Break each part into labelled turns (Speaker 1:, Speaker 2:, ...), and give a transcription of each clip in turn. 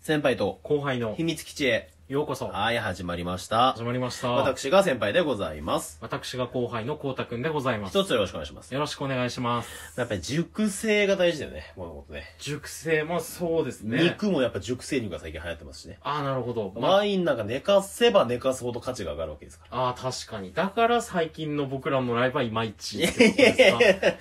Speaker 1: 先輩と
Speaker 2: 後輩の
Speaker 1: 秘密基地へ。
Speaker 2: ようこそ
Speaker 1: はい、始まりました
Speaker 2: 始。まりました
Speaker 1: 私が先輩でございます。
Speaker 2: 私が後輩のこうたくんでございます
Speaker 1: 一つよろしくお願いします。
Speaker 2: よろしくお願いします
Speaker 1: やっぱり熟成が大事だよね、物事ね。
Speaker 2: 熟成もそうですね
Speaker 1: 肉もやっぱ熟成肉が最近流行ってますしね。
Speaker 2: ああなるほど、まあ
Speaker 1: ワインなんか寝かせば寝かすほど価値が上がるわけですから。
Speaker 2: あー確かにだから最近の僕らのライブはいまいちってこと
Speaker 1: いやいや
Speaker 2: で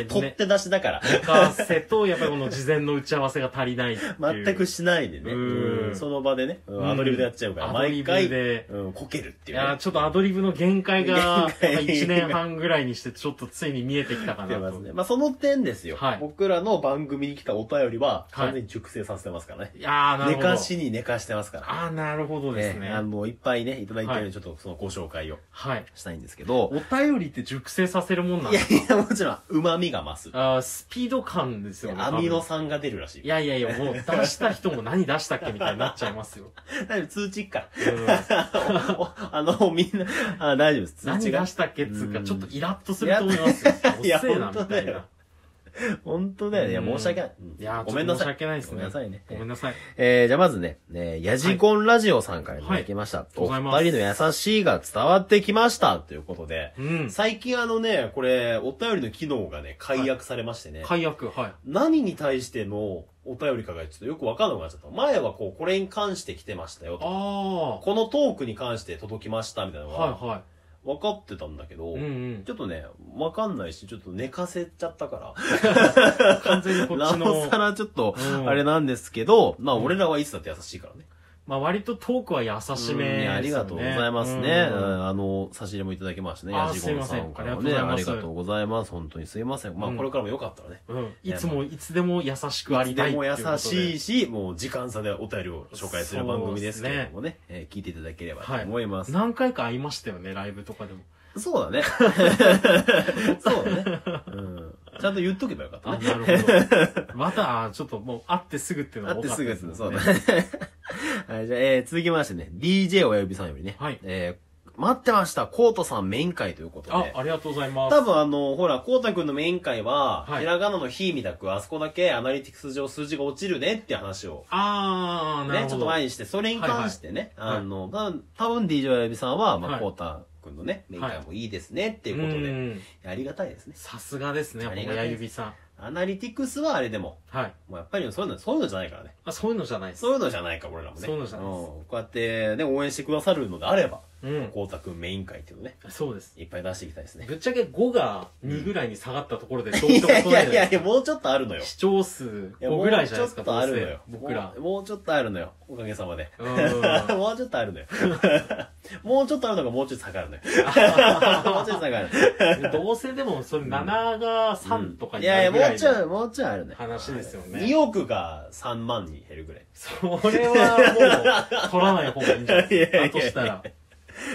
Speaker 1: いや取って出しだ から。
Speaker 2: すか寝かせとやっぱりこの事前の打ち合わせが足りないっていう
Speaker 1: 全くしないでね。
Speaker 2: うん
Speaker 1: うんその場でね、うん
Speaker 2: うん
Speaker 1: アドリブでやっちゃうから、
Speaker 2: アドリ
Speaker 1: 毎
Speaker 2: ブ
Speaker 1: 回、
Speaker 2: で
Speaker 1: うん、こけるって
Speaker 2: い
Speaker 1: いうね。
Speaker 2: やーちょっとアドリブの限界が
Speaker 1: 限界
Speaker 2: 1年半ぐらいにしてちょっとついに見えてきたか
Speaker 1: 出
Speaker 2: な
Speaker 1: ま
Speaker 2: と
Speaker 1: すね。まあ、その点ですよ。
Speaker 2: はい
Speaker 1: 僕らの番組に来たお便りは、
Speaker 2: はい
Speaker 1: 完全に熟成させてますからね。
Speaker 2: いやーなる
Speaker 1: 寝
Speaker 2: ほど
Speaker 1: かしに寝かしてますから。
Speaker 2: ああなるほどですね
Speaker 1: ええあの、いっぱいね、いただいてるん
Speaker 2: は
Speaker 1: で、ちょっとそのご紹介を
Speaker 2: はい
Speaker 1: したいんですけど、
Speaker 2: お便りって熟成させるもんなん
Speaker 1: い
Speaker 2: で
Speaker 1: や
Speaker 2: すか
Speaker 1: いや、もちろん、旨味が増す。
Speaker 2: あースピード感ですよね。
Speaker 1: アミノ
Speaker 2: 多分
Speaker 1: 酸が出るらしい。
Speaker 2: いやいやいや、もう出した人も何出したっけみたいになっちゃいます よ。
Speaker 1: 大丈夫通知いっか
Speaker 2: うん
Speaker 1: ら。 おおあの、みんな、あ大丈夫です。通
Speaker 2: 何
Speaker 1: 知
Speaker 2: 出
Speaker 1: が。
Speaker 2: したっけっつう
Speaker 1: う
Speaker 2: か、
Speaker 1: ん
Speaker 2: ちょっとイラッとすると思いますよ。おっ
Speaker 1: いや
Speaker 2: せえな、
Speaker 1: 本当
Speaker 2: みた
Speaker 1: だよ
Speaker 2: いな。
Speaker 1: 本当だよね。いや、申し訳ない。うん
Speaker 2: いやー、
Speaker 1: ごめんなさい。
Speaker 2: ちょっと申し訳ないですね。
Speaker 1: ごめんなさいね。
Speaker 2: ごめんなさい。
Speaker 1: えー、じゃあまずね、えー、ヤジコンラジオさんからいただきました。
Speaker 2: いございます
Speaker 1: お二人の優しいが伝わってきましたということで、
Speaker 2: うん。
Speaker 1: 最近あのね、これ、お便りの機能がね、解約されましてね、
Speaker 2: 解約、はい。
Speaker 1: 何に対してのお便りかがちょっとよくわかんなくなっちゃった。前はこう、これに関して来てましたよ
Speaker 2: あ
Speaker 1: と。
Speaker 2: あ。は
Speaker 1: このトークに関して届きましたみたいないのが、
Speaker 2: は
Speaker 1: 分かってたんだけど、
Speaker 2: い。うん うん
Speaker 1: ち。ょっとね、わかんないし、ちょっと寝かせちゃったから、
Speaker 2: 完全にこっ
Speaker 1: な
Speaker 2: ち
Speaker 1: お
Speaker 2: の
Speaker 1: さ、らちょっと、
Speaker 2: うん
Speaker 1: あれなんですけど、まあ俺らはいつだって優しいからね。
Speaker 2: まあ割とトークは優しめです
Speaker 1: う
Speaker 2: よ
Speaker 1: ん
Speaker 2: ね。
Speaker 1: ありがとうございますね。
Speaker 2: う
Speaker 1: うんんあの、差し入れもいただきましたね。
Speaker 2: あ
Speaker 1: ヤジゴンさんからも
Speaker 2: すい
Speaker 1: ね。
Speaker 2: ません
Speaker 1: あ
Speaker 2: あ
Speaker 1: り
Speaker 2: りが
Speaker 1: が
Speaker 2: と
Speaker 1: と
Speaker 2: う
Speaker 1: うございます。本当にすいません。まあ、
Speaker 2: うん
Speaker 1: これからもよかったらね。
Speaker 2: うん。いつも、いつでも優しくあり
Speaker 1: で
Speaker 2: たいっていう
Speaker 1: も
Speaker 2: こ
Speaker 1: 優
Speaker 2: とで。
Speaker 1: しい
Speaker 2: し。
Speaker 1: し、もう時間差でお便りを紹介する番組ですけれどもね。えー聞いていただければと思います。
Speaker 2: 何回か会いましたよね、ライブとかでも。
Speaker 1: そう だね。そうだね、うん。ちゃんと言っとけばよかった
Speaker 2: あ、
Speaker 1: ね。
Speaker 2: なるほ ど。また、あちょっともう、会ってすぐっていうの
Speaker 1: あ
Speaker 2: は
Speaker 1: っ
Speaker 2: 多
Speaker 1: て
Speaker 2: か
Speaker 1: すぐ
Speaker 2: で
Speaker 1: ですす
Speaker 2: も
Speaker 1: ね。
Speaker 2: ん
Speaker 1: そうだね。 はい、じゃあ、えー続きましてね、DJ 親指さんよりね。
Speaker 2: はい
Speaker 1: えー待ってました、コートさんメイン会ということで。
Speaker 2: あ、ありがとうございます。
Speaker 1: 多分あの、ほら、こうたくんのメイン会は、
Speaker 2: はい
Speaker 1: ひらがなのひみたく、あそこだけアナリティクス上数字が落ちるねっていう話を。
Speaker 2: あー、なる
Speaker 1: ね、
Speaker 2: ほど。
Speaker 1: ちょっと前にして、それに関してね、
Speaker 2: はいはい
Speaker 1: あの、た多分 DJ 親指さんは、ま
Speaker 2: は
Speaker 1: あ、
Speaker 2: い
Speaker 1: こうたくんのね、メイン会もいいですねっていうことで、
Speaker 2: うん
Speaker 1: ありがたいですね。
Speaker 2: さすがですね、やっぱ親指さん。
Speaker 1: アナリティクスはあれでも、
Speaker 2: はい。
Speaker 1: もうやっぱりそういうの、そういうのじゃないからね。
Speaker 2: あ、そういうのじゃないです。
Speaker 1: そういうのじゃないから、俺らもね。
Speaker 2: そういうのじゃないです
Speaker 1: んこうやってね、応援してくださるのであれば、
Speaker 2: うん。
Speaker 1: こうたくんメイン会っていうのね、
Speaker 2: そうです。
Speaker 1: いっぱい出していきたいですね。
Speaker 2: ぶっちゃけ5が2ぐらいに下がったところでどう
Speaker 1: い
Speaker 2: に
Speaker 1: や
Speaker 2: で
Speaker 1: い
Speaker 2: もな
Speaker 1: や
Speaker 2: い
Speaker 1: い
Speaker 2: じゃな
Speaker 1: や
Speaker 2: い
Speaker 1: いや、もうちょっとあるのよ。
Speaker 2: 視聴数
Speaker 1: いや
Speaker 2: 5ぐらいじゃないですか、
Speaker 1: もうちょっとあるの
Speaker 2: どう
Speaker 1: よ
Speaker 2: せ。僕ら
Speaker 1: もう。もうちょっとあるのよ。おかげさまで。
Speaker 2: うん
Speaker 1: もうちょっとある のよ。もうちょっとあるのがもうちょっと下がるのよ。もうちょっと下がる。
Speaker 2: どうせでも、それ7が3とか
Speaker 1: い
Speaker 2: にな
Speaker 1: やいや、
Speaker 2: るぐ
Speaker 1: も
Speaker 2: ら
Speaker 1: う
Speaker 2: い
Speaker 1: ちょ
Speaker 2: の
Speaker 1: い、もうちょいあるのよ。
Speaker 2: 話ですよね。
Speaker 1: 2億が3万に減るぐらい。
Speaker 2: それはもう、取らない方がいいんじゃない
Speaker 1: いや
Speaker 2: で
Speaker 1: いやいや
Speaker 2: すか。だとしたら。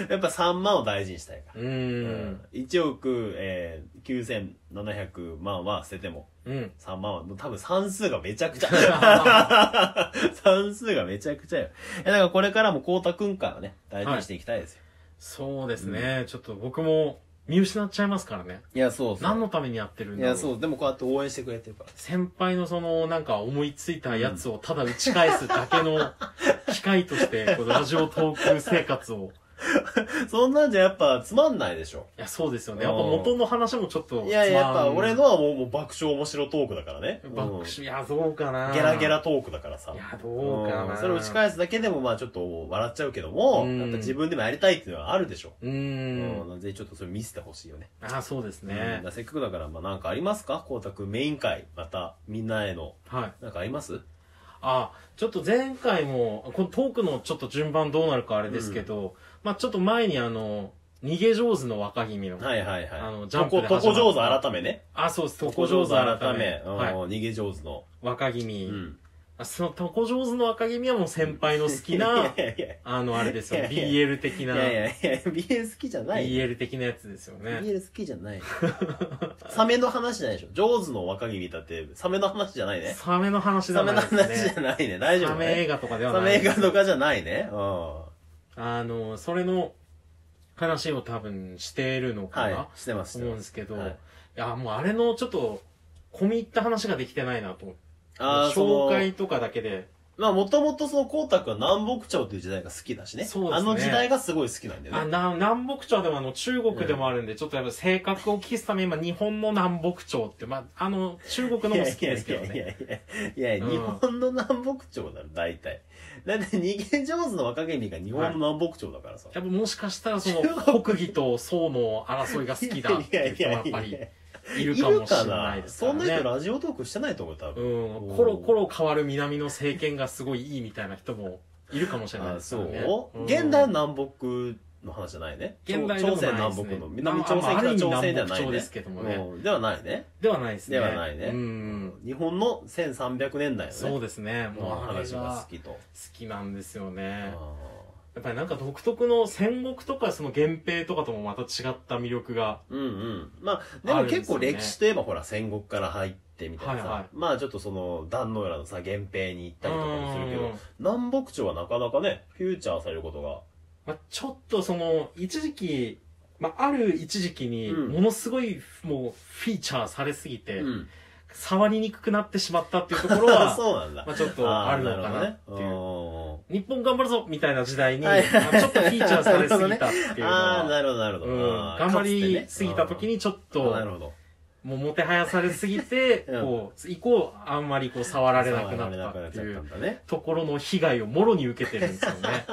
Speaker 1: やっぱ3万を大事にしたいか
Speaker 2: う
Speaker 1: ら。
Speaker 2: ー。
Speaker 1: うん1億、えー、9700万は捨てても、
Speaker 2: うん。
Speaker 1: 3万は、もう多分算数がめちゃ くちゃ。算数がめちゃくちゃよ。え、だからこれからも光太くんからね、大事にしていきたいですよ。
Speaker 2: そうですね。ちょっと僕も見失っちゃいますからね。
Speaker 1: い、や、そうそう。
Speaker 2: 何のためにやってるん
Speaker 1: い
Speaker 2: だろ
Speaker 1: や、
Speaker 2: う。
Speaker 1: そう、でもこうやって応援してくれてるから。
Speaker 2: 先輩のその、なんか思いついたやつをただ打ち返すだけの機会として、このラジオトーク生活を。
Speaker 1: そんなんじゃやっぱつまんないでしょ。
Speaker 2: いや、そうですよね。やっぱ元の話もちょっと。
Speaker 1: いやいや、やっぱ
Speaker 2: つまん
Speaker 1: 俺の。はもうもう爆笑面白トークだからね。
Speaker 2: バックシいや、どうか
Speaker 1: う
Speaker 2: な。
Speaker 1: んゲラゲラ。トークだからさ
Speaker 2: い。や、どうか
Speaker 1: うん
Speaker 2: な。
Speaker 1: それを打ち返すだけでもまあちょっと笑っちゃうけども、
Speaker 2: うん
Speaker 1: やっぱ自分でもやりたいっていうのはあるでしょ。
Speaker 2: うーん。
Speaker 1: うんぜひちょっとそれ見せてほしいよね。
Speaker 2: あ、そうです
Speaker 1: うんだ
Speaker 2: ね
Speaker 1: か。らせっかくだから、まあなんかありますか光太くんメイン会。また、みんなへの。
Speaker 2: はい。
Speaker 1: なんかあります
Speaker 2: あ、ちょっと前回も、このトークのちょっと順番どうなるかあれですけど、まあちょっと前にあの、逃げ上手の若君の、
Speaker 1: はいはいはい。
Speaker 2: あのジャンプで
Speaker 1: とこ、とこ
Speaker 2: 始ま
Speaker 1: 上
Speaker 2: った
Speaker 1: 手改めね。
Speaker 2: あ、そうです、
Speaker 1: と
Speaker 2: 床上手改め、
Speaker 1: うん
Speaker 2: はい、
Speaker 1: 逃げ上手の。
Speaker 2: 若君、
Speaker 1: う ん。、
Speaker 2: あその床上手の若君はもう先輩の好きない
Speaker 1: やいやいや
Speaker 2: あの、あれですよ、
Speaker 1: いやいや
Speaker 2: BL 的な、
Speaker 1: いやいやいや、BL 好きじゃない。
Speaker 2: BL 的なやつですよね。
Speaker 1: BL 好きじゃない。サメの話じゃないでしょ。ジョーズの若君だって、サメの話じゃないね。
Speaker 2: サメの話で
Speaker 1: サ
Speaker 2: は
Speaker 1: メ
Speaker 2: な
Speaker 1: の
Speaker 2: いですね。
Speaker 1: 話じゃないね。大丈
Speaker 2: サ
Speaker 1: 夫
Speaker 2: メ映
Speaker 1: ね。
Speaker 2: 画とかでは
Speaker 1: サ
Speaker 2: な
Speaker 1: メ
Speaker 2: い
Speaker 1: 映
Speaker 2: で
Speaker 1: 画
Speaker 2: す。
Speaker 1: とかじゃないね。うん。
Speaker 2: あの、それの話を多分しているのかな、
Speaker 1: はい。してます。して
Speaker 2: 思うん
Speaker 1: ま
Speaker 2: ですすけど、
Speaker 1: はい
Speaker 2: い、や、もうあれのちょっと、込み入った話ができてないなと思って。
Speaker 1: ああ、そ
Speaker 2: 紹
Speaker 1: の
Speaker 2: 介とかだけで、
Speaker 1: まあ、もともとその光沢は南北朝という時代が好きだしね。
Speaker 2: そうですね
Speaker 1: あの時代がすごい好きなんだよね。
Speaker 2: あな南北朝でもあの中国でもあるんで、ちょっとやっぱ性格を期すために今日本の南北朝って、まあ、あの中国のも好きですけど
Speaker 1: いや
Speaker 2: ね。
Speaker 1: いやいやいやいや、
Speaker 2: うん
Speaker 1: 日本の南北朝だろ、大体。だって逃げ上手の若君が日本の南北朝だからさ。
Speaker 2: やっぱもしかしたらその国技と宋の争いが好きだっていう人もやっぱりいる
Speaker 1: い
Speaker 2: かも
Speaker 1: る
Speaker 2: しれ
Speaker 1: か
Speaker 2: な
Speaker 1: ない
Speaker 2: です
Speaker 1: そ
Speaker 2: から
Speaker 1: んな人
Speaker 2: ね。
Speaker 1: ラジオトークしてないと思うよ、多
Speaker 2: う
Speaker 1: 分。
Speaker 2: ん、コロコロ変わる南の政権がすごいいいみたいな人もいるかもしれない
Speaker 1: あ、
Speaker 2: です
Speaker 1: そ
Speaker 2: からね。
Speaker 1: う
Speaker 2: うん
Speaker 1: 現代南北の話じゃないね。
Speaker 2: 現代で
Speaker 1: 朝
Speaker 2: も
Speaker 1: 鮮
Speaker 2: ないで
Speaker 1: 南
Speaker 2: すね
Speaker 1: 北の。南朝
Speaker 2: ま
Speaker 1: 鮮
Speaker 2: あまあある
Speaker 1: 北
Speaker 2: 意味
Speaker 1: 朝鮮では
Speaker 2: 南
Speaker 1: な
Speaker 2: 北
Speaker 1: い
Speaker 2: 朝
Speaker 1: ね
Speaker 2: です。けどもね。
Speaker 1: うんではないね。
Speaker 2: ではないですね。
Speaker 1: ではないね
Speaker 2: うん。
Speaker 1: 日本の1300年代
Speaker 2: そ
Speaker 1: の
Speaker 2: う
Speaker 1: ね。
Speaker 2: ですね。もう
Speaker 1: の
Speaker 2: あれ
Speaker 1: 話が
Speaker 2: が
Speaker 1: 好きと。
Speaker 2: 好きなんですよね。
Speaker 1: あ
Speaker 2: やっぱりなんか独特の戦国とかその源平とかともまた違った魅力が。
Speaker 1: ーうんうん。まあ、でも結構
Speaker 2: あるんですよね
Speaker 1: 歴史といえばほら戦国から入ってみたいな
Speaker 2: はいは
Speaker 1: さ
Speaker 2: い。
Speaker 1: まあちょっとその、壇の浦のさ、源平に行ったりとかもするけ
Speaker 2: うん
Speaker 1: ど、南北朝はなかなかね、フューチャーされることが。
Speaker 2: まあ、ちょっとその、一時期、まあ、ある一時期に、
Speaker 1: うん
Speaker 2: ものすごいもうフィーチャーされすぎて、
Speaker 1: うん。
Speaker 2: 触りにくくなってしまったっていうところ
Speaker 1: あ
Speaker 2: は、
Speaker 1: そうなんだ。
Speaker 2: まあ、ちょっとあるのかなって
Speaker 1: あー
Speaker 2: い
Speaker 1: なる
Speaker 2: う。
Speaker 1: ほ
Speaker 2: 日本頑張るぞみたいな時代に、
Speaker 1: はい
Speaker 2: まあちょっとフィーチャーされすぎたっていう
Speaker 1: どね。
Speaker 2: の
Speaker 1: ああー、
Speaker 2: は、
Speaker 1: なるほど、なるほ
Speaker 2: う
Speaker 1: ど。
Speaker 2: ん、
Speaker 1: あー
Speaker 2: 頑張りすぎた時、にちょっ
Speaker 1: かつてねうんあーな
Speaker 2: と
Speaker 1: る、ほど。
Speaker 2: もうもてはやされすぎて、
Speaker 1: うん
Speaker 2: こう、以降、あんまりこう触られなく
Speaker 1: 触
Speaker 2: な
Speaker 1: られな
Speaker 2: っ
Speaker 1: く
Speaker 2: た
Speaker 1: な
Speaker 2: っ
Speaker 1: ってちゃっ
Speaker 2: い
Speaker 1: た
Speaker 2: うん
Speaker 1: だね。
Speaker 2: ところの被害をもろに受けてるんですよ ね。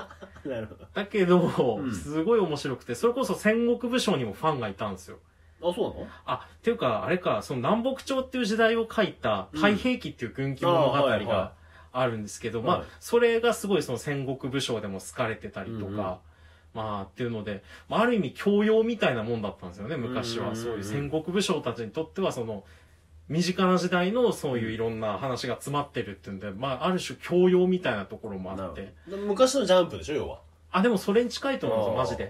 Speaker 1: なるほ
Speaker 2: だけど、
Speaker 1: うん
Speaker 2: すごい面白くて、それこそ戦国武将にもファンがいたんですよ。
Speaker 1: ど。あ、そう
Speaker 2: あ、っていうか、あれか、その南北朝っていう時代を書いた、
Speaker 1: うん
Speaker 2: 太平記っていう軍記物語
Speaker 1: あーはい
Speaker 2: が
Speaker 1: は
Speaker 2: あるんですけど、
Speaker 1: は
Speaker 2: ま
Speaker 1: い
Speaker 2: あ、それがすごいその戦国武将でも好かれてたり
Speaker 1: う
Speaker 2: とか、
Speaker 1: んうん
Speaker 2: まあ、っていうので、まあ、ある意味教養みたいなもんだったんですよね、昔
Speaker 1: うんうん
Speaker 2: は。
Speaker 1: うんうん
Speaker 2: そういう戦国武将たちにとっては、その、身近な時代のそういういろんな話が詰まってるっていうんで、まあ、ある種教養みたいなところ
Speaker 1: な
Speaker 2: もあっ
Speaker 1: の。な
Speaker 2: て
Speaker 1: る。ほど。昔のジャンプでしょ、要は。
Speaker 2: あ、でもそれに近いと思うんですよ、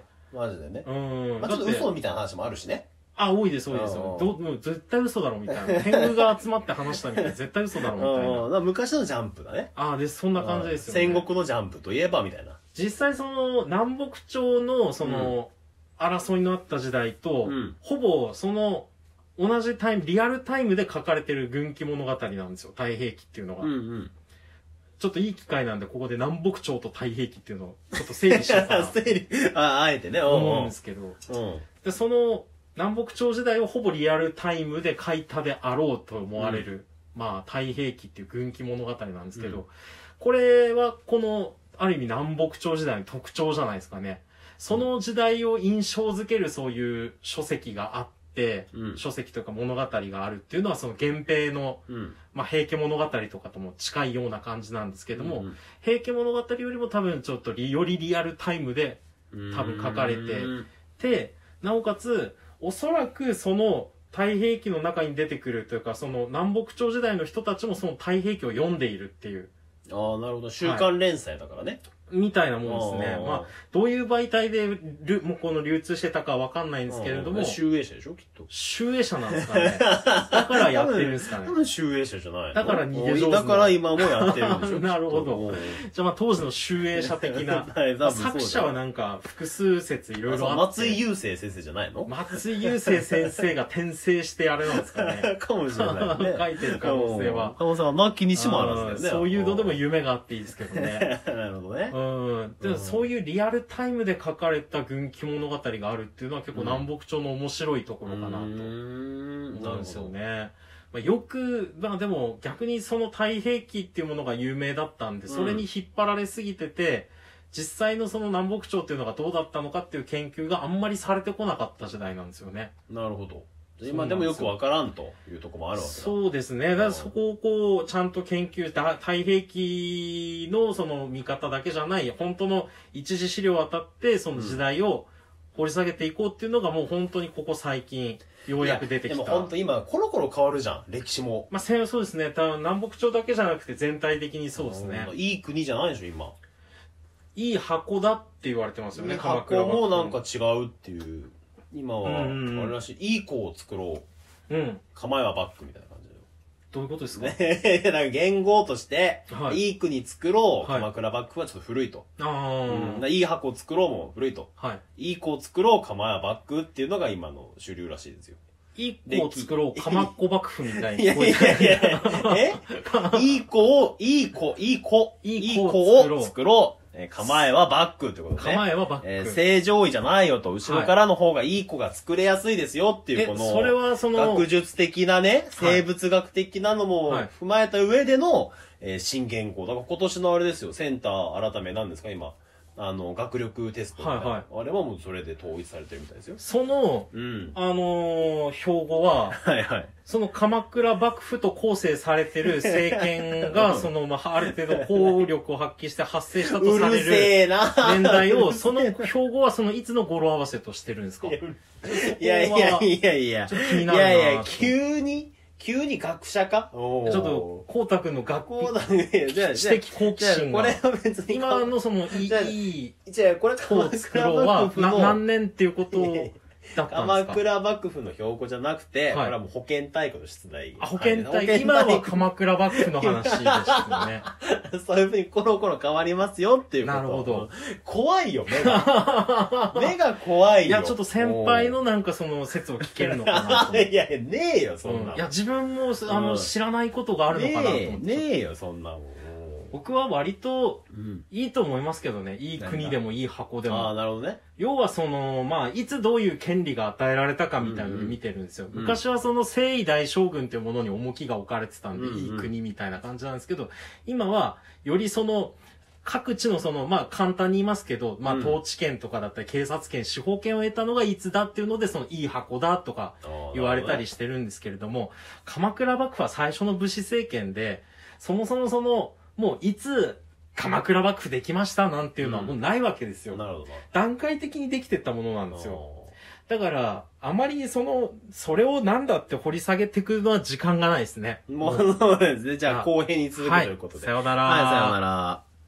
Speaker 1: マ
Speaker 2: マジで。
Speaker 1: ジでね。
Speaker 2: うん。
Speaker 1: まあちょっと
Speaker 2: だって
Speaker 1: 嘘みたいな話もあるしね。
Speaker 2: あ、多いです、多いですよ。
Speaker 1: うん
Speaker 2: どもう絶対嘘だろ、みたい な。天狗が集まって話したみたいな、絶対嘘だろ、
Speaker 1: う
Speaker 2: み
Speaker 1: ん
Speaker 2: たいな。
Speaker 1: だから昔のジャンプだね。
Speaker 2: ああ、で、そんな感じですよ、ね。
Speaker 1: 戦。国のジャンプといえば、みたいな。
Speaker 2: 実際、その、南北朝の、その、争いのあった時代と、
Speaker 1: うん
Speaker 2: ほぼ、その、同じタイム、リアルタイムで書かれてる軍記物語なんですよ。太平記っていうのが。
Speaker 1: う ん。
Speaker 2: ちょっといい機会なんで、ここで南北朝と太平記っていうのを、ちょっと整理しようかな
Speaker 1: 整理、 あ、あえてね。
Speaker 2: と
Speaker 1: お
Speaker 2: 思うん
Speaker 1: う
Speaker 2: ですけど。
Speaker 1: おううん。
Speaker 2: で、その、南北朝時代をほぼリアルタイムで書いたであろうと思われる、まあ、太平記っていう軍記物語なんですけど、
Speaker 1: う
Speaker 2: これは、この、ある意味南北朝時代の特徴じゃないですかね。その時代を印象づけるそういう書籍があって、
Speaker 1: うん
Speaker 2: 書籍とか物語があるっていうのは、その源平の、
Speaker 1: うん。
Speaker 2: まあ、平家物語とかとも近いような感じなんですけ
Speaker 1: で
Speaker 2: ども、、平家物語よりも多分ちょっとりよりリアルタイムで多分書かれて
Speaker 1: うん
Speaker 2: でなおかつおそらくその太平記の中に出てくるというかその南北朝時代の人たちもその太平記を読んでいるっていう
Speaker 1: ああ、なるほど。週刊連載だからね。
Speaker 2: みたいなもんですね
Speaker 1: あー
Speaker 2: まあ、どういう媒体でるもうこの流通してたかわかんないんですけれど
Speaker 1: う
Speaker 2: も
Speaker 1: ん集英社でしょ、きっと。
Speaker 2: 集英社なんですか ねだからやってるんですかね
Speaker 1: 多分集英社じゃないの
Speaker 2: だから逃げ上手
Speaker 1: だから今もやってるんで しょ。
Speaker 2: なるほど
Speaker 1: きっ
Speaker 2: じゃあまあ当時の集英社的な
Speaker 1: はい多分そうだ
Speaker 2: まあ作者はなんか複数説い
Speaker 1: と
Speaker 2: ろい
Speaker 1: あ
Speaker 2: ろあって
Speaker 1: 松井雄生先生じゃない の
Speaker 2: 松井優生先生が転生してあれなんですかね
Speaker 1: かもしれないね。
Speaker 2: 書いてる可能性は
Speaker 1: うん可能性は、まあ気にしもあらずだよね。
Speaker 2: あーそういうので
Speaker 1: う。
Speaker 2: も夢があっていいですけど ね。
Speaker 1: なるほどね
Speaker 2: う。ん。で
Speaker 1: うん
Speaker 2: そういうリアルタイムで書かれた軍記物語があるっていうのは結構南北朝の面白いところかな
Speaker 1: うーん
Speaker 2: と思うんですよ。ね。まあ、よく、まあでも逆にその太平記っていうものが有名だったんで、それに引っ張られすぎてて、実際のその南北朝っていうのがどうだったのかっていう研究があんまりされてこなかった時代なんですよね。
Speaker 1: なるほど。
Speaker 2: そうな
Speaker 1: 今
Speaker 2: ん
Speaker 1: で
Speaker 2: ですよ
Speaker 1: もよくわからんというとこもあるわけだ。う。
Speaker 2: そうですね。だからそこをこう、ちゃんと研究して、た太平記のその見方だけじゃない、本当の一次資料を当たって、その時代を掘り下げていこうっていうのがもう本当にここ最近、ようやく出てき
Speaker 1: で
Speaker 2: た。
Speaker 1: も本当今、コロコロ変わるじゃん、歴史も。
Speaker 2: まあ、せんそうですね。多分南北朝だけじゃなくて全体的にそうですね
Speaker 1: う。んいい国じゃないでしょ、今。
Speaker 2: いい箱だって言われてますよね、鎌
Speaker 1: 発
Speaker 2: 倉
Speaker 1: 行
Speaker 2: は。
Speaker 1: もなんか違うっていう。今は、あ
Speaker 2: うんうんうん
Speaker 1: れらしい、いい子を作ろう。
Speaker 2: うん。
Speaker 1: 構えはバックみたいな感じだよ。
Speaker 2: どういうことですか、
Speaker 1: ね、 だから言語として、
Speaker 2: はい
Speaker 1: い、い国作ろう、
Speaker 2: はい
Speaker 1: 鎌倉幕府はちょっと古いと。
Speaker 2: ああ、
Speaker 1: うんだからいい箱を作ろうも古いと。
Speaker 2: はい。
Speaker 1: いい子を作ろう、鎌倉幕府っていうのが今の主流らしいですよ。
Speaker 2: いい子を作ろう、鎌っ子幕府みたい
Speaker 1: い
Speaker 2: に
Speaker 1: や
Speaker 2: 聞
Speaker 1: い
Speaker 2: こえ
Speaker 1: やいや
Speaker 2: て。
Speaker 1: え いい子を、いい子、いい子、
Speaker 2: いい
Speaker 1: いい
Speaker 2: 子
Speaker 1: 子
Speaker 2: を
Speaker 1: を作ろう。えー構えはバックってことね。
Speaker 2: 構えはバック。
Speaker 1: えー正常位じゃないよと、後ろからの方がいい子が作れやすいですよっていう、
Speaker 2: え
Speaker 1: この、
Speaker 2: それはその、
Speaker 1: 学術的なね、
Speaker 2: はい
Speaker 1: 生物学的なのも
Speaker 2: はい
Speaker 1: 踏まえた上での、えー新元号。だから今年のあれですよ、センター改めなんですか、今。あの、学力テストみたいな。
Speaker 2: はいは
Speaker 1: あれはもうそれで統一されてるみたいですよ。
Speaker 2: その、
Speaker 1: うん。
Speaker 2: あのー標語は、
Speaker 1: はいはい。
Speaker 2: その鎌倉幕府と構成され てる政権が、その、まあ、ある程度効力を発揮して発生した と
Speaker 1: う
Speaker 2: され
Speaker 1: る
Speaker 2: る
Speaker 1: せえな
Speaker 2: 年代を、その標語はそのいつの語呂合わせとしてるんですか
Speaker 1: いやいやいやいやいや。
Speaker 2: ちょっと気に
Speaker 1: い
Speaker 2: なるな
Speaker 1: やいや、
Speaker 2: と
Speaker 1: 急に、急に学者かちょ
Speaker 2: ちょっと、、光沢の学校
Speaker 1: こうなんで、じゃあ、
Speaker 2: 知
Speaker 1: じゃあ
Speaker 2: 的好奇
Speaker 1: じゃあ
Speaker 2: 心
Speaker 1: これ
Speaker 2: が。
Speaker 1: は別に、
Speaker 2: 今のその、い
Speaker 1: じゃあ
Speaker 2: い
Speaker 1: じゃあこれ
Speaker 2: 子
Speaker 1: 鎌
Speaker 2: を作
Speaker 1: 倉
Speaker 2: ろうは
Speaker 1: 幕、府
Speaker 2: な
Speaker 1: の
Speaker 2: 何、年っていうこと
Speaker 1: いやいや
Speaker 2: だったんで
Speaker 1: 鎌
Speaker 2: すか
Speaker 1: 倉幕府の標語じゃなくて、
Speaker 2: はい
Speaker 1: これはもう保健体育の出題。
Speaker 2: あ、保健
Speaker 1: はい
Speaker 2: 体、今は
Speaker 1: 保健
Speaker 2: 鎌倉幕府の話ですよね。
Speaker 1: 体そういうふうにコロコロ変わりますよっていうこと。
Speaker 2: なるほど。
Speaker 1: 怖いよ、目が。 目が怖いよ。
Speaker 2: いや、ちょっと先輩のなんかその説を聞ける のかなと思って。
Speaker 1: いやいや、ねえよ、そんなの。
Speaker 2: うんいや、自分も、あ
Speaker 1: う
Speaker 2: の、
Speaker 1: ん
Speaker 2: 知らないことがあるのかなと思って。
Speaker 1: ねえねえよ、そんなもん。
Speaker 2: 僕は割と、
Speaker 1: うん。
Speaker 2: いいと思いますけどね。いい国でもいい箱で
Speaker 1: ああ、
Speaker 2: も。
Speaker 1: なるほどね。
Speaker 2: 要はその、まあ、いつどういう権利が与えられたかみたいなので見てるんですよ。
Speaker 1: んうん
Speaker 2: 昔はその征夷大将軍というものに重きが置かれてたんで、
Speaker 1: うんうん
Speaker 2: いい国みたいな感じなんですけど、今は、よりその、各地のその、まあ、簡単に言いますけど、まあ、
Speaker 1: うん
Speaker 2: 統治権とかだったり、警察権、司法権を得たのがいつだっていうので、その、いい箱だとか、言われたり
Speaker 1: し
Speaker 2: してるんですけれども、鎌倉幕府は最初の武士政権で、そもそもその、もういつ鎌倉幕府できましたなんていうのは
Speaker 1: うん
Speaker 2: もうないわけですよ。
Speaker 1: なるほどな。
Speaker 2: 段階的にできてったものなんですよ。
Speaker 1: よ。
Speaker 2: だから、あまりその、それをなんだって掘り下げていくのは時間がないですね。
Speaker 1: もう、そうですね。じゃ
Speaker 2: は
Speaker 1: あ、
Speaker 2: い
Speaker 1: 後編に続くということで。
Speaker 2: さよなら。
Speaker 1: はい、さようなら。